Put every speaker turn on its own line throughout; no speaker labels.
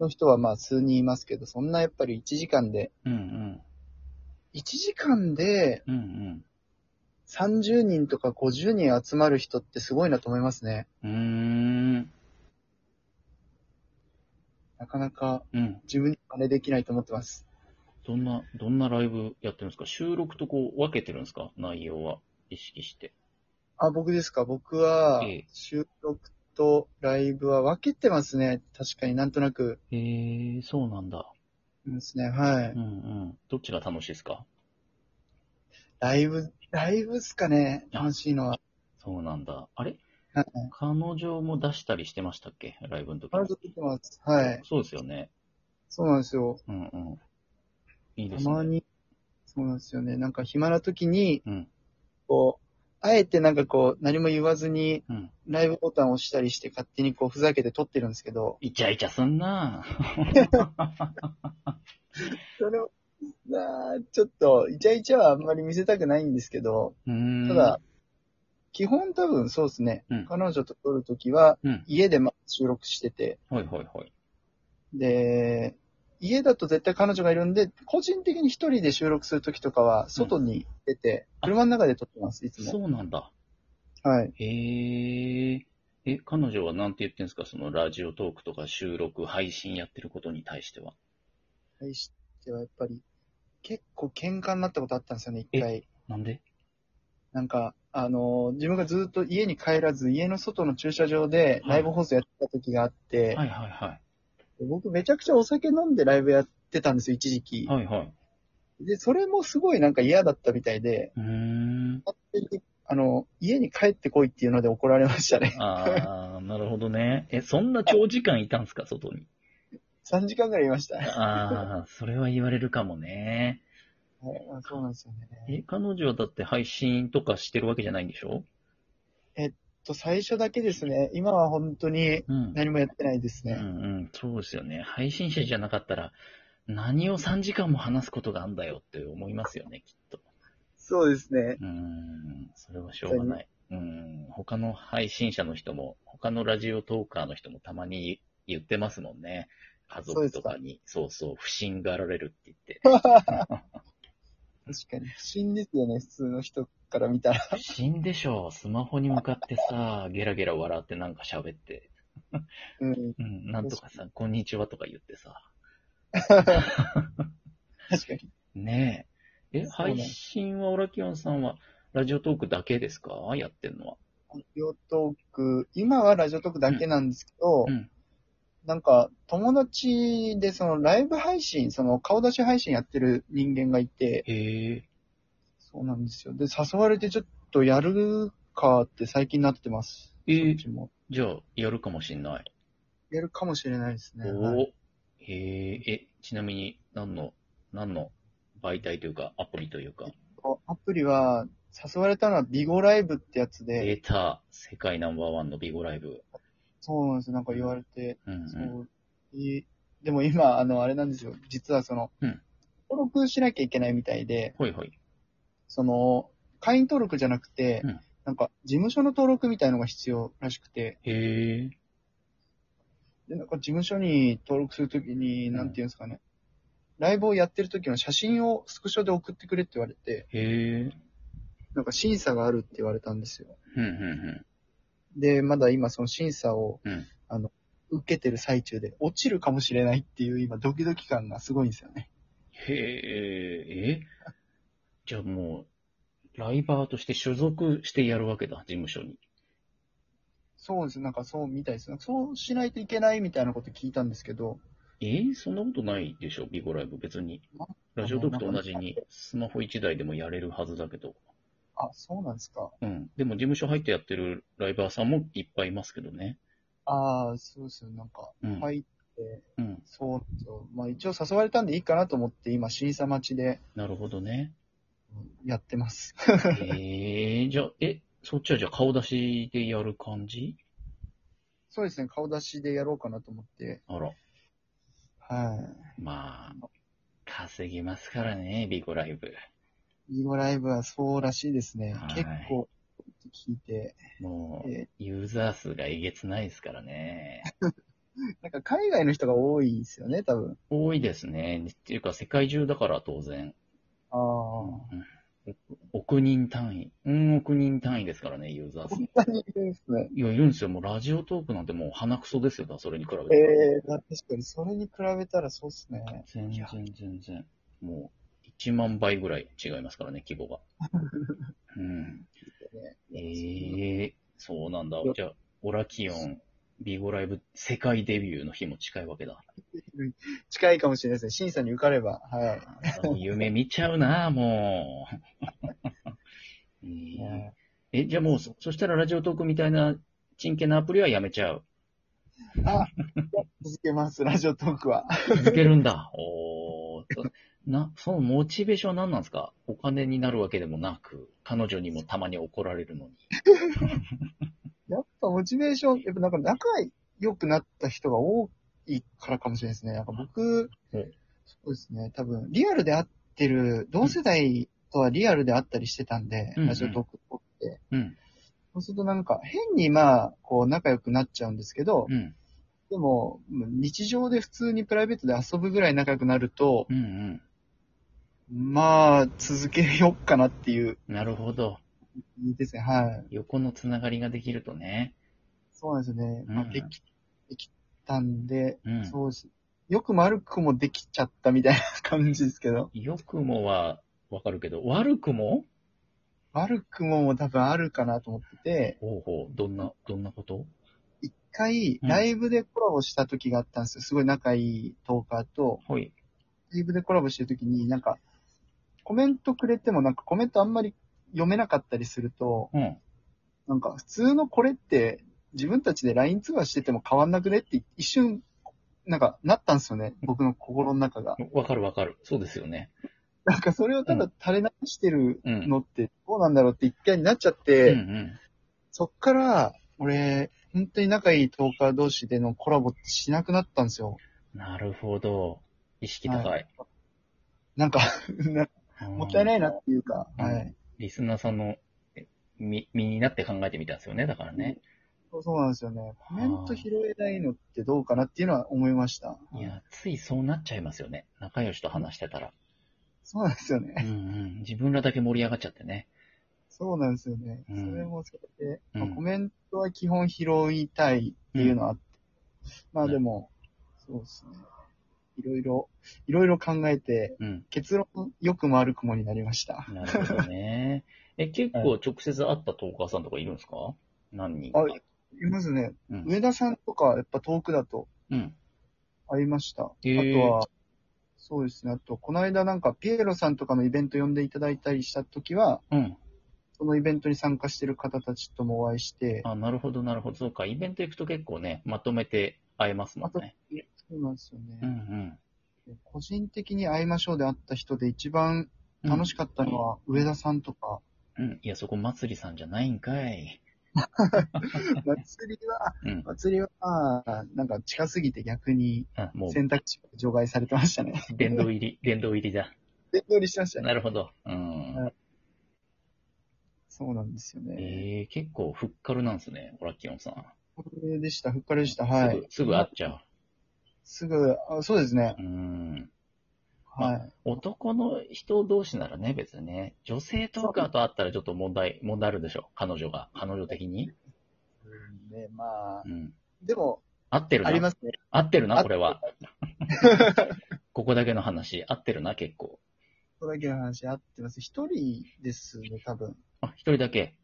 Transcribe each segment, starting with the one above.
の人はまあ数人いますけど、そんなやっぱり1時間で、
うん
1時間で
うん。うん
30人とか50人集まる人ってすごいなと思いますね。
うん。う
なかなか
ーん。うん。
自分には真似できないと思ってます。
どんな、どんなライブやってるんですか収録とこう分けてるんですか内容は。意識して。
あ、僕ですか僕は
ええ
収録とライブは分けてますね。確かになんとなく。
へえ、そうなんだ。
ですね。は
う
い
ん。うん。どっちが楽しいですか
ライブ、ライブっすかね楽しいのは。
そうなんだ。あれ
はい。
彼女も出したりしてましたっけライブの時。
彼女出てます。はい。
そうですよね。
そうなんですよ。
うんうん。いいで
た
すね。
まに、そうなんですよね。なんか暇な時に、
うん。
こう、あえてなんかこう、何も言わずに、
うん。
ライブボタンを押したりして、勝手にこう、ふざけて撮ってるんですけど、
イチャイチャすん な
それを、あーちょっと、イチャイチャはあんまり見せたくないんですけど、
うーん。
ただ、、基本多分そうですね。
うん
彼女と撮るときは、
うん。
家でま収録してて、
はいはいはい。
で、家だと絶対彼女がいるんで、個人的に一人で収録するときとかは、外に出て、
うん
車の中で撮ってます、いつも。
そうなんだ。
はい。
へえ。え、彼女はなんて言ってんですかそのラジオトークとか収録、配信やってることに対しては。
対してはやっぱり、結構喧嘩になったことあったんですよね、一回。
なんで
なんか、あのー自分がずっと家に帰らず、家の外の駐車場で
は
ラ
い
イブ放送やってた時があって、
はいはいは
僕めちゃくちゃお酒飲んでライブやってたんですよ、一時期
い。。はいはい。
で、それもすごいなんか嫌だったみたいで、
うーん。
勝手にあの、家に帰ってこいっていうので怒られましたね。
あー、なるほどね。え、そんな長時間いたんですか外に。
3時間ぐらいいました。はい
あー、それは言われるかもね。
あそうなんですよね。えっ
え、彼女はだって配信とかしてるわけじゃないんでしょ
と、最初だけですね。今は本当に
うん。
何もやってないです
うん
ね。
うん、そうですよね。配信者じゃなかったら、何を3時間も話すことがあんだよって思いますよね、きっと。
そうですね。
うーん、それはしょうがない。うん、他の配信者の人も、他のラジオトーカーの人もたまに言ってますもんね。家族とかに、そうそう、不審がられるって言って。
確かに。不審ですよね、普通の人から見たら。
不審でしょスマホに向かってさ、ゲラゲラ笑ってなんか喋って、
うん。
うん、なんとかさ、こんにちはとか言ってさ。
確かに。
ねえ。え、
そうなん
配信はオラキオンさんは、ラジオトークだけですかやってんのは。
ラジオトーク、今はラジオトークだけなんですけど、
うん。
なんか、友達でそのライブ配信、その顔出し配信やってる人間がいて、
へえ。
そうなんですよ。で、誘われてちょっとやるかって最近なってます。
えー
うちも。
じゃあ、やるかもしんない。
やるかもしれないですね。
お
はい
お。へえ。え、ちなみに、何の、何の媒体というか、アプリというか。
こうアプリは、誘われたのはビゴライブってやつで、
出た、世界ナンバーワンのビゴライブ。
そうなんですよ。なんか言われて、
うん、うん。
そう。いいでも今、あの、あれなんですよ。実はその、
うん
登録しなきゃいけないみたいで、
ほいほい。
その、会員登録じゃなくて、
うん
なんか、事務所の登録みたいのが必要らしくて、
へえ。
で、なんか事務所に登録するときに、
ん
なんていうんですかね、ライブをやってる時の写真をスクショで送ってくれって言われて、
へえ。
なんか審査があるって言われたんですよ。
うん、うん、
で、まだ今その審査を、
うん
あの、受けてる最中で、落ちるかもしれないっていう今、ドキドキ感がすごいんですよね。
へえ。えじゃあもう、ライバーとして所属してやるわけだ、事務所に。
そうです。なんかそうみたいです。なんかそうしないといけないみたいなこと聞いたんですけど、
えーそんなことないでしょ、ビゴライブ。別に。ラジオトークと同じに、スマホ1台でもやれるはずだけど。
あ、そうなんですか。
うん。でも事務所入ってやってるライバーさんもいっぱいいますけどね。
ああ、そうですよ。なんか、
うん。
入って、
うん。
そうなんですよ。まあ一応誘われたんでいいかなと思って、今、審査待ちで
なるほどね。
やってます。
えー、じゃあ、え、そっちはじゃあ顔出しでやる感じ
そうですね、顔出しでやろうかなと思って。
あら。
は
まあ、稼ぎますからね、ビゴライブ。
い。ビゴライブはそうらしいですね
は。い
結構、聞いて、
もう、
え
ユーザー数がえげつないですからね。
なんか海外の人が多いですよね、多分。
多いですね。っていうか、世界中だから当然。
ああ。
うん億人単位。うん、億人単位ですからね、ユーザー数。
そんなに いるんですね。
いや、いるんですよ。もうラジオトークなんてもう鼻くそですよ、それに比べ
え
て。
えー、確かに、それに比べたらそうっすね。
全然、全然。もう、1万倍ぐらい違いますからね、規模が。うん。ええそうなんだ。じゃあ、オラキオン、ビゴライブ、世界デビューの日も近いわけだ。
近いかもしれないですね。審査に受かれば。はい。
もう夢見ちゃうな、もう。えーえ、じゃあもう、そそしたらラジオトークみたいな、チンケなアプリはやめちゃう。
あ、続けます、ラジオトークは。
続けるんだ。おーとな、そのモチベーション何なんですかお金になるわけでもなく、彼女にもたまに怒られるのに。
やっぱモチベーション、やっぱなんか仲良くなった人が多いからかもしれないですね。なんか僕、
うん
そうですね、多分、リアルで会ってる、同世代とはリアルで会ったりしてたんで、
うん
ラジオトーク撮って。
うん、
そうするとなんか、変にまあ、こう仲良くなっちゃうんですけど、
うん、
でも、日常で普通にプライベートで遊ぶぐらい仲良くなると、
うん、うん。
まあ、続けよっかなっていう、
なるほど。
ですね、はい。
横のつながりができるとね。
そうなんですよね。まあ、
うん
でき、できたんで、
うん。
そうです。よくも悪くもできちゃったみたいな感じですけど。
良くもはわかるけど、悪くも
悪くもも多分あるかなと思ってて、
ほうほう、どんな、どんなこと
一回
うん
ライブでコラボした時があったんですよ。すごい仲いいトーカーと、
はい。
ライブでコラボしてる時になんか、コメントくれてもなんかコメントあんまり読めなかったりすると、
うん。
なんか普通のこれって自分たちで LINE 通話してても変わんなくねって一瞬、なんかなったんですよね。僕の心の中が。
わかるわかる。そうですよね。
なんかそれをただ垂れ流してる
うん。
のってどうなんだろうって一回になっちゃって、
うんうん
そっから、俺、本当に仲いいトーカー同士でのコラボってしなくなったんですよ。
なるほど。意識高い。。
なんか な、もったいないいなっていうか、
うん
はい。
リスナーさんのえ身身になって考えてみたんですよね。だからね。
そうそうなんですよね。コメント拾えないのってどうかなっていうのは思いました。
いや、ついそうなっちゃいますよね。仲良しと話してたら。
そうなんですよ
うん
ね。
うん。自分らだけ盛り上がっちゃってね。
そうなんですよね。
うん
それもそれで、
うん
まあコメントは基本拾いたいっていうのはあって、まあでも、そうですね。いろいろ、いろいろ考えて、
うん。
結論、良くも悪くもになりました。
なるほどね。 え、結構直接会ったトーカーさんとかいるんですか何人か。
あ、いますね。
うん。
上田さんとか、やっぱ遠くだと
うん。
会いました。
へー
あとは、そうですね。あと、この間なんか、ピエロさんとかのイベント呼んでいただいたりしたときは、
うん。
そのイベントに参加してる方たちともお会いして、
あ、なるほど、なるほど。そうか。イベント行くと結構ね、まとめて会えますもんね。
そうなんですよ
うんう
ね。
ん。
個人的に会いましょうで会った人で一番
うん
楽しかったのは、上田さんと か、
うん。いや、そこ、まつりさんじゃないんかい。
祭りは、
うん。
祭りは、あーなんか近すぎて逆に
あ、もう、
選択肢が除外されてましたね。
殿堂入り、殿堂入りだ。
電動にしてましたね。
なるほど。うん。
はいそうなんですよね。
ええ結構ふっかるなんですね、オラキオンさん。
これでした、ふっかりでした、はい。
すぐ、すぐ会っちゃ
すぐ、あそうですね
う。う。ん。
はい。
男の人同士ならね、別にね。女性トーカーと会ったらちょっと問題、問題あるでしょ。彼女が、彼女的に。
で、まあ
う、ん。
でも、
合ってる
ありま
な。
すね。
合って
合
る
っ
な、
て
これは。ここだけの話、合ってるな、結構。
それだけの話合ってます。一人ですね、多分。
あ、一人だけ。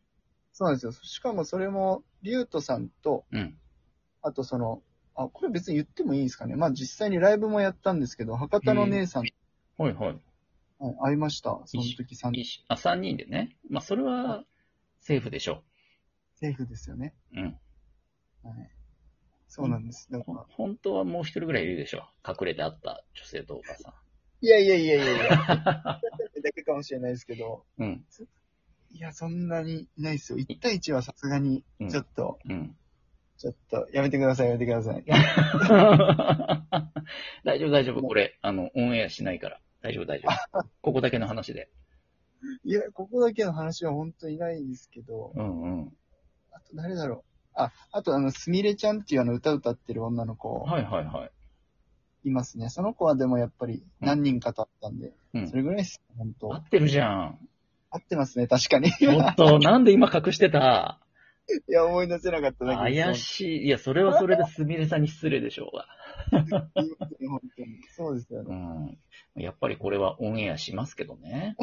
そうなんですよ。しかもそれも、リュウトさんと、
うん。
あとその、あ、これ別に言ってもいいんですかね。まあ実際にライブもやったんですけど、博多の姉さん、
はいはい。
はい会いました。その時さん、
いいしあ、三人でね。まあ、それは、セーフでしょ
セーフですよね。
う。うん。
はい。そうなんです。だか
ほん
ら、
本当はもう一人ぐらいいるでしょ。隠れて会った女性トーカーさん。
いやいやいやいやいや、 だけかもしれないですけど、
うん。
いや、そんなにいないですよ。1対1はさすがに、ちょっと、
うん。
ちょっと、やめてください、やめてください。
大丈夫、大丈夫。これ、あの、オンエアしないから。大丈夫、大丈 夫。ここだけの話で。
いや、ここだけの話は本当にないんですけど、
うんうん。
あと誰だろう。あ、あとあの、すみれちゃんっていうあの、歌歌ってる女の子、
はいはいはい。
いますね。その子はでもやっぱり何人かと会ったんで、
うん
それぐらいです。本
合
当
ってるじゃん。
合ってますね、確かに。
ちょっと、なんで今隠してた
いや、思い出せなかっただけ
怪
す。
しい。いや、それはそれですみれさんに失礼でしょうが。
本当に。そうですよ
う
ね。
ん。やっぱりこれはオンエアしますけどね。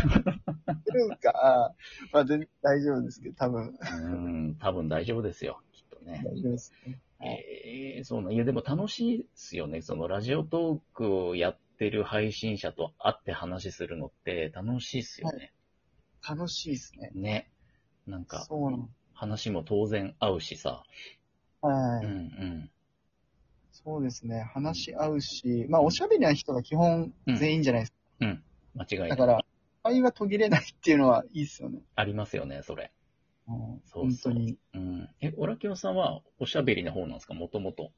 するんか、あーまあ全大丈夫ですけど、多分。
うん、多分大丈夫ですよ。きっとね。
大丈夫ですね。 はい
えーそうなんいや、でも楽しいですよね。そのラジオトークをやってる配信者と会って話するのって楽しいですよね。
楽しいですね。
ね。なんか、
そうなの。
話も当然合うしさ。
は
う
い。
んうん。
そうですね。話し合うし、まあ、おしゃべりな人が基本全員じゃないですか。
間違い
だ
な
か
く
ら、会話途切れないっていうのはいいですよね。
ありますよね、それ。
うん
そうそ
本
う
当に。
うん。え、オラキオさんはおしゃべりな方なんですかもともと。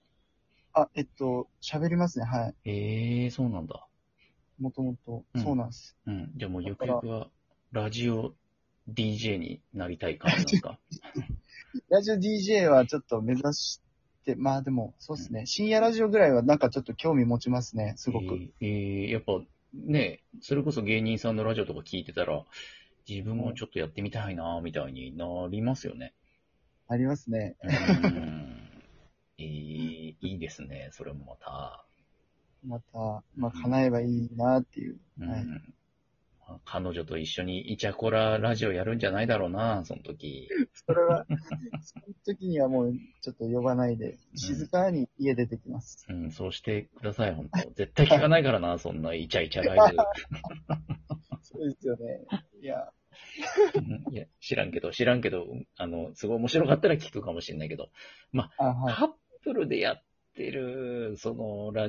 あ、えっと、喋りますね。はい。
ええー、そうなんだ。
もともと
う。ん
そうなんです。
うん。じゃあもうゆくゆくは、ラジオ DJ になりたい感じなんです か
ラジオ DJ はちょっと目指して、まあでも、そうですね。深夜ラジオぐらいはなんかちょっと興味持ちますね。すごく。
えーえーやっぱね、それこそ芸人さんのラジオとか聞いてたら、自分もちょっとやってみたいな、みたいになりますよね。
ありますね。
うーん。えーいいですね、それもまた。
また、まあ、叶えばいいなっていう。
うん。
はい
まあ彼女と一緒にイチャコララジオやるんじゃないだろうな、その時。
それ は、その時にはもうちょっと呼ばないで、静かに家出てきます。
うん、そうしてください、本当絶対聞かないからな、そんなイチャイチャライ
そうですよね。いや、
ブ。うんいや、知らんけど、知らんけど、あの、すごい面白かったら聞くかもしれないけど、
あ、はい。
カップルでやってる、その、ラジ